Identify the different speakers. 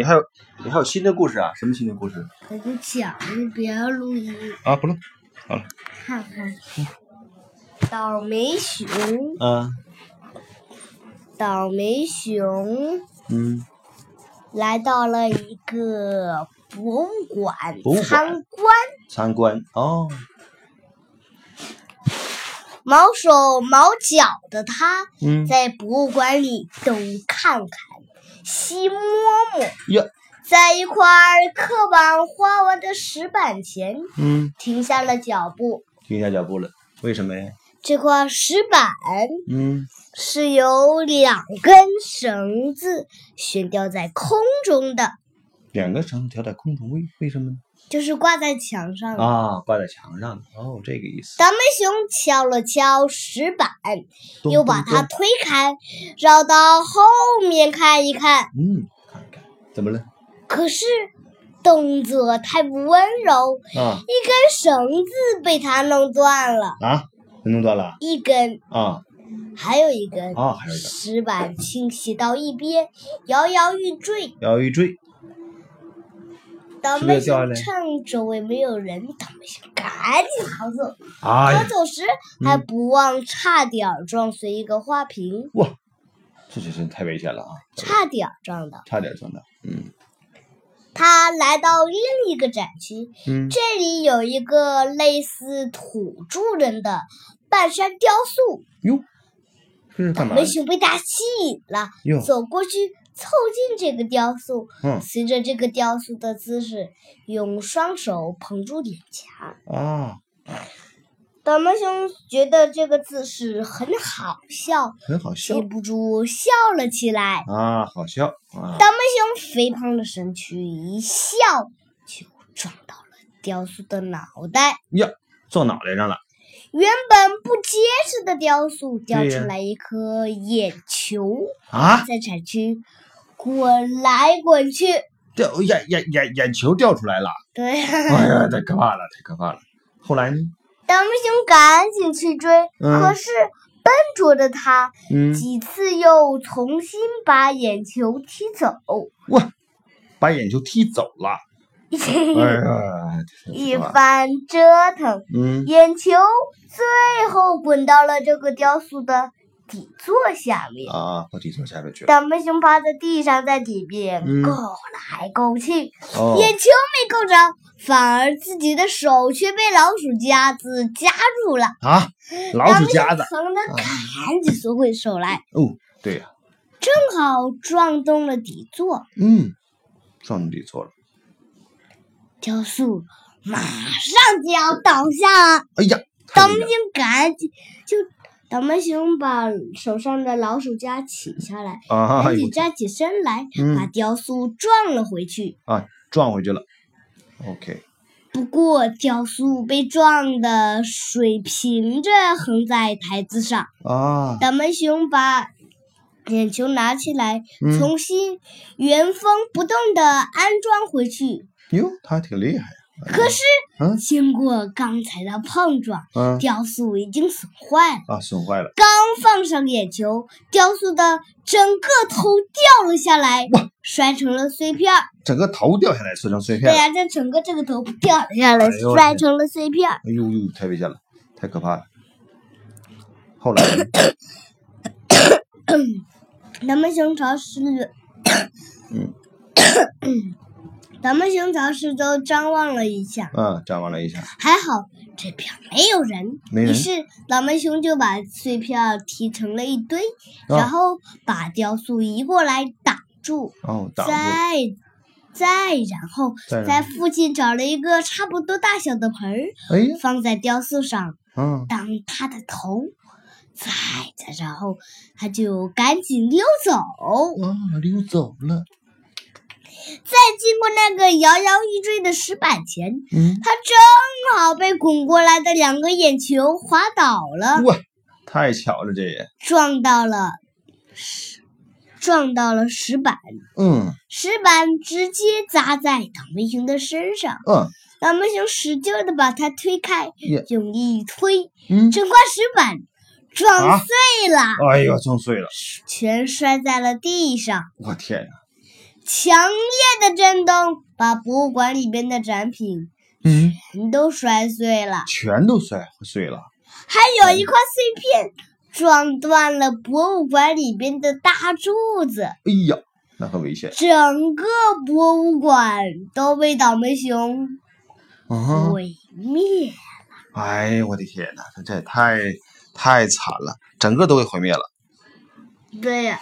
Speaker 1: 你还有你还有新的故事啊？什么新的故事？
Speaker 2: 我就讲，你不要录音，
Speaker 1: 啊，不录，好了。
Speaker 2: 看看。倒霉熊，
Speaker 1: 啊，
Speaker 2: 倒霉熊
Speaker 1: 嗯，
Speaker 2: 来到了一个博物馆
Speaker 1: 博物馆
Speaker 2: 参观。
Speaker 1: 参观哦，
Speaker 2: 毛手毛脚的他，
Speaker 1: 嗯
Speaker 2: 在博物馆里东看看，西摸摸，
Speaker 1: 呀，
Speaker 2: 在一块刻满花纹的石板前
Speaker 1: 嗯，
Speaker 2: 停下了脚步。
Speaker 1: 停下脚步了，为什么呀？
Speaker 2: 这块石板
Speaker 1: 嗯，
Speaker 2: 是由两根绳子悬吊在空中的，
Speaker 1: 两个绳子吊在空中，为为什么呢？
Speaker 2: 就是挂在墙上的。
Speaker 1: 啊，挂在墙上的，哦，这个意思。
Speaker 2: 倒霉熊敲了敲石板，
Speaker 1: 咚
Speaker 2: 又把
Speaker 1: 咚
Speaker 2: 它
Speaker 1: 咚
Speaker 2: 推开，绕到后面看一看。
Speaker 1: 嗯，看一看怎么了？
Speaker 2: 可是动作太不温柔，
Speaker 1: 啊
Speaker 2: 一根绳子被它弄断了，
Speaker 1: 啊，弄断了
Speaker 2: 一根
Speaker 1: 啊
Speaker 2: 还有一根，
Speaker 1: 啊，还有一个
Speaker 2: 石板倾斜到一边，摇摇欲坠。
Speaker 1: 要一追，
Speaker 2: 倒
Speaker 1: 是不
Speaker 2: 霉
Speaker 1: 是掉下
Speaker 2: 熊
Speaker 1: 来
Speaker 2: 趁周围没有人，倒霉熊赶紧逃走。
Speaker 1: 哎
Speaker 2: 逃
Speaker 1: 呀，
Speaker 2: 走时还不忘差点儿撞碎一个花瓶，
Speaker 1: 哇，这真是太危险了啊，
Speaker 2: 差点儿撞到。
Speaker 1: 差点撞到。嗯
Speaker 2: 他来到另一个展区，
Speaker 1: 嗯
Speaker 2: 这里有一个类似土著人的半山雕塑，
Speaker 1: 哟，这是干嘛
Speaker 2: 霉
Speaker 1: 的？
Speaker 2: 熊被它吸引了
Speaker 1: 哟，
Speaker 2: 走过去凑近这个雕塑，
Speaker 1: 嗯
Speaker 2: 随着这个雕塑的姿势，用双手捧住脸颊。
Speaker 1: 啊，
Speaker 2: 倒霉熊觉得这个姿势很好笑，
Speaker 1: 很好笑
Speaker 2: 忍不住笑了起来。
Speaker 1: 啊，好笑啊
Speaker 2: 倒霉熊肥胖的身躯一笑就撞到了雕塑的脑袋。
Speaker 1: 呀，撞脑袋上了。
Speaker 2: 原本不结实的雕塑雕
Speaker 1: 对
Speaker 2: 出
Speaker 1: 呀
Speaker 2: 来一颗眼球，
Speaker 1: 啊，
Speaker 2: 在展区滚来滚去。
Speaker 1: 掉眼眼眼眼球掉出来了，
Speaker 2: 对，
Speaker 1: 哎呀，太可怕了，太可怕了。后来呢？
Speaker 2: 倒霉熊赶紧去追，
Speaker 1: 嗯
Speaker 2: 可是笨拙的它
Speaker 1: 嗯，
Speaker 2: 几次又重新把眼球踢走，
Speaker 1: 哇，把眼球踢走 了，哎呀，
Speaker 2: 一
Speaker 1: 太可怕了
Speaker 2: 番折腾，
Speaker 1: 嗯，
Speaker 2: 眼球最后滚到了这个雕塑的底座下面。
Speaker 1: 啊，到底从下边去了。
Speaker 2: 倒霉熊趴在地上，在里面
Speaker 1: 嗯
Speaker 2: 勾来勾去，
Speaker 1: 哦，
Speaker 2: 眼球没够着，反而自己的手却被老鼠夹子夹住了。
Speaker 1: 啊，老鼠夹子。
Speaker 2: 疼的赶紧缩回手来，
Speaker 1: 哦，对呀、
Speaker 2: 正好撞动了底座，
Speaker 1: 嗯，撞你错了。
Speaker 2: 雕塑马上就要倒下了。
Speaker 1: 哎呀，太
Speaker 2: 倒霉
Speaker 1: 危险
Speaker 2: 熊
Speaker 1: 了
Speaker 2: 赶紧就倒霉熊把手上的老鼠夹取下来，
Speaker 1: 啊！哎
Speaker 2: 赶
Speaker 1: 呦
Speaker 2: 紧站起身来，
Speaker 1: 嗯
Speaker 2: 把雕塑撞了回去。
Speaker 1: 啊，撞回去了。OK，
Speaker 2: 不过，雕塑被撞的水平着横在台子上。
Speaker 1: 啊，
Speaker 2: 倒霉熊把眼球拿起来，
Speaker 1: 嗯
Speaker 2: 重新原封不动的安装回去。
Speaker 1: 哟，他还挺厉害呀、
Speaker 2: 可是，
Speaker 1: 嗯
Speaker 2: 经过刚才的碰撞，
Speaker 1: 嗯
Speaker 2: 雕塑已经损坏了。
Speaker 1: 啊，损坏了。
Speaker 2: 刚放上眼球，雕塑的整个头掉了下来，摔成了碎片儿。
Speaker 1: 整个头掉下来，碎成碎片
Speaker 2: 对啊
Speaker 1: 了。
Speaker 2: 呀、这整个这个头掉了下来，
Speaker 1: 哎呦我
Speaker 2: 摔
Speaker 1: 天
Speaker 2: 成了碎片儿。
Speaker 1: 哎呦呦，太危险了，太可怕了。后来呢，
Speaker 2: 咱们熊朝四，
Speaker 1: 嗯
Speaker 2: 咱们熊朝四周张望了一下，
Speaker 1: 嗯，展望了一下，
Speaker 2: 还好这边没有人，
Speaker 1: 没人
Speaker 2: 于是倒霉熊就把碎片儿踢成了一堆，
Speaker 1: 啊
Speaker 2: 然后把雕塑移过来挡住，
Speaker 1: 哦，挡住了，
Speaker 2: 再再然后
Speaker 1: 再然
Speaker 2: 在
Speaker 1: 后
Speaker 2: 附近找了一个差不多大小的盆儿，
Speaker 1: 哎呀，
Speaker 2: 放在雕塑上
Speaker 1: 嗯，
Speaker 2: 当它的头，再再然后它就赶紧溜走。
Speaker 1: 哇，溜走了，
Speaker 2: 在经过那个摇摇欲坠的石板前，
Speaker 1: 嗯，
Speaker 2: 他正好被滚过来的两个眼球滑倒了，
Speaker 1: 哇，太巧了，这也，
Speaker 2: 撞到了石，撞到了石板，
Speaker 1: 嗯
Speaker 2: 石板直接砸在倒霉熊的身上。
Speaker 1: 嗯
Speaker 2: 倒霉熊使劲的把它推开
Speaker 1: 也，
Speaker 2: 用力一推，
Speaker 1: 嗯，
Speaker 2: 整块石板撞碎了，
Speaker 1: 哎呦，撞碎了，
Speaker 2: 全摔在了地上。
Speaker 1: 我天呀，
Speaker 2: 强烈的震动把博物馆里边的展品
Speaker 1: 嗯，
Speaker 2: 全都摔碎了，
Speaker 1: 全都摔碎了。
Speaker 2: 还有一块碎片撞断了博物馆里边的大柱子。
Speaker 1: 哎呀，那可危险
Speaker 2: 整个博物馆都被倒霉熊
Speaker 1: 啊！
Speaker 2: 毁灭。
Speaker 1: 哎呦，我的天哪，这也太太惨了，整个都给毁灭了。
Speaker 2: 对呀、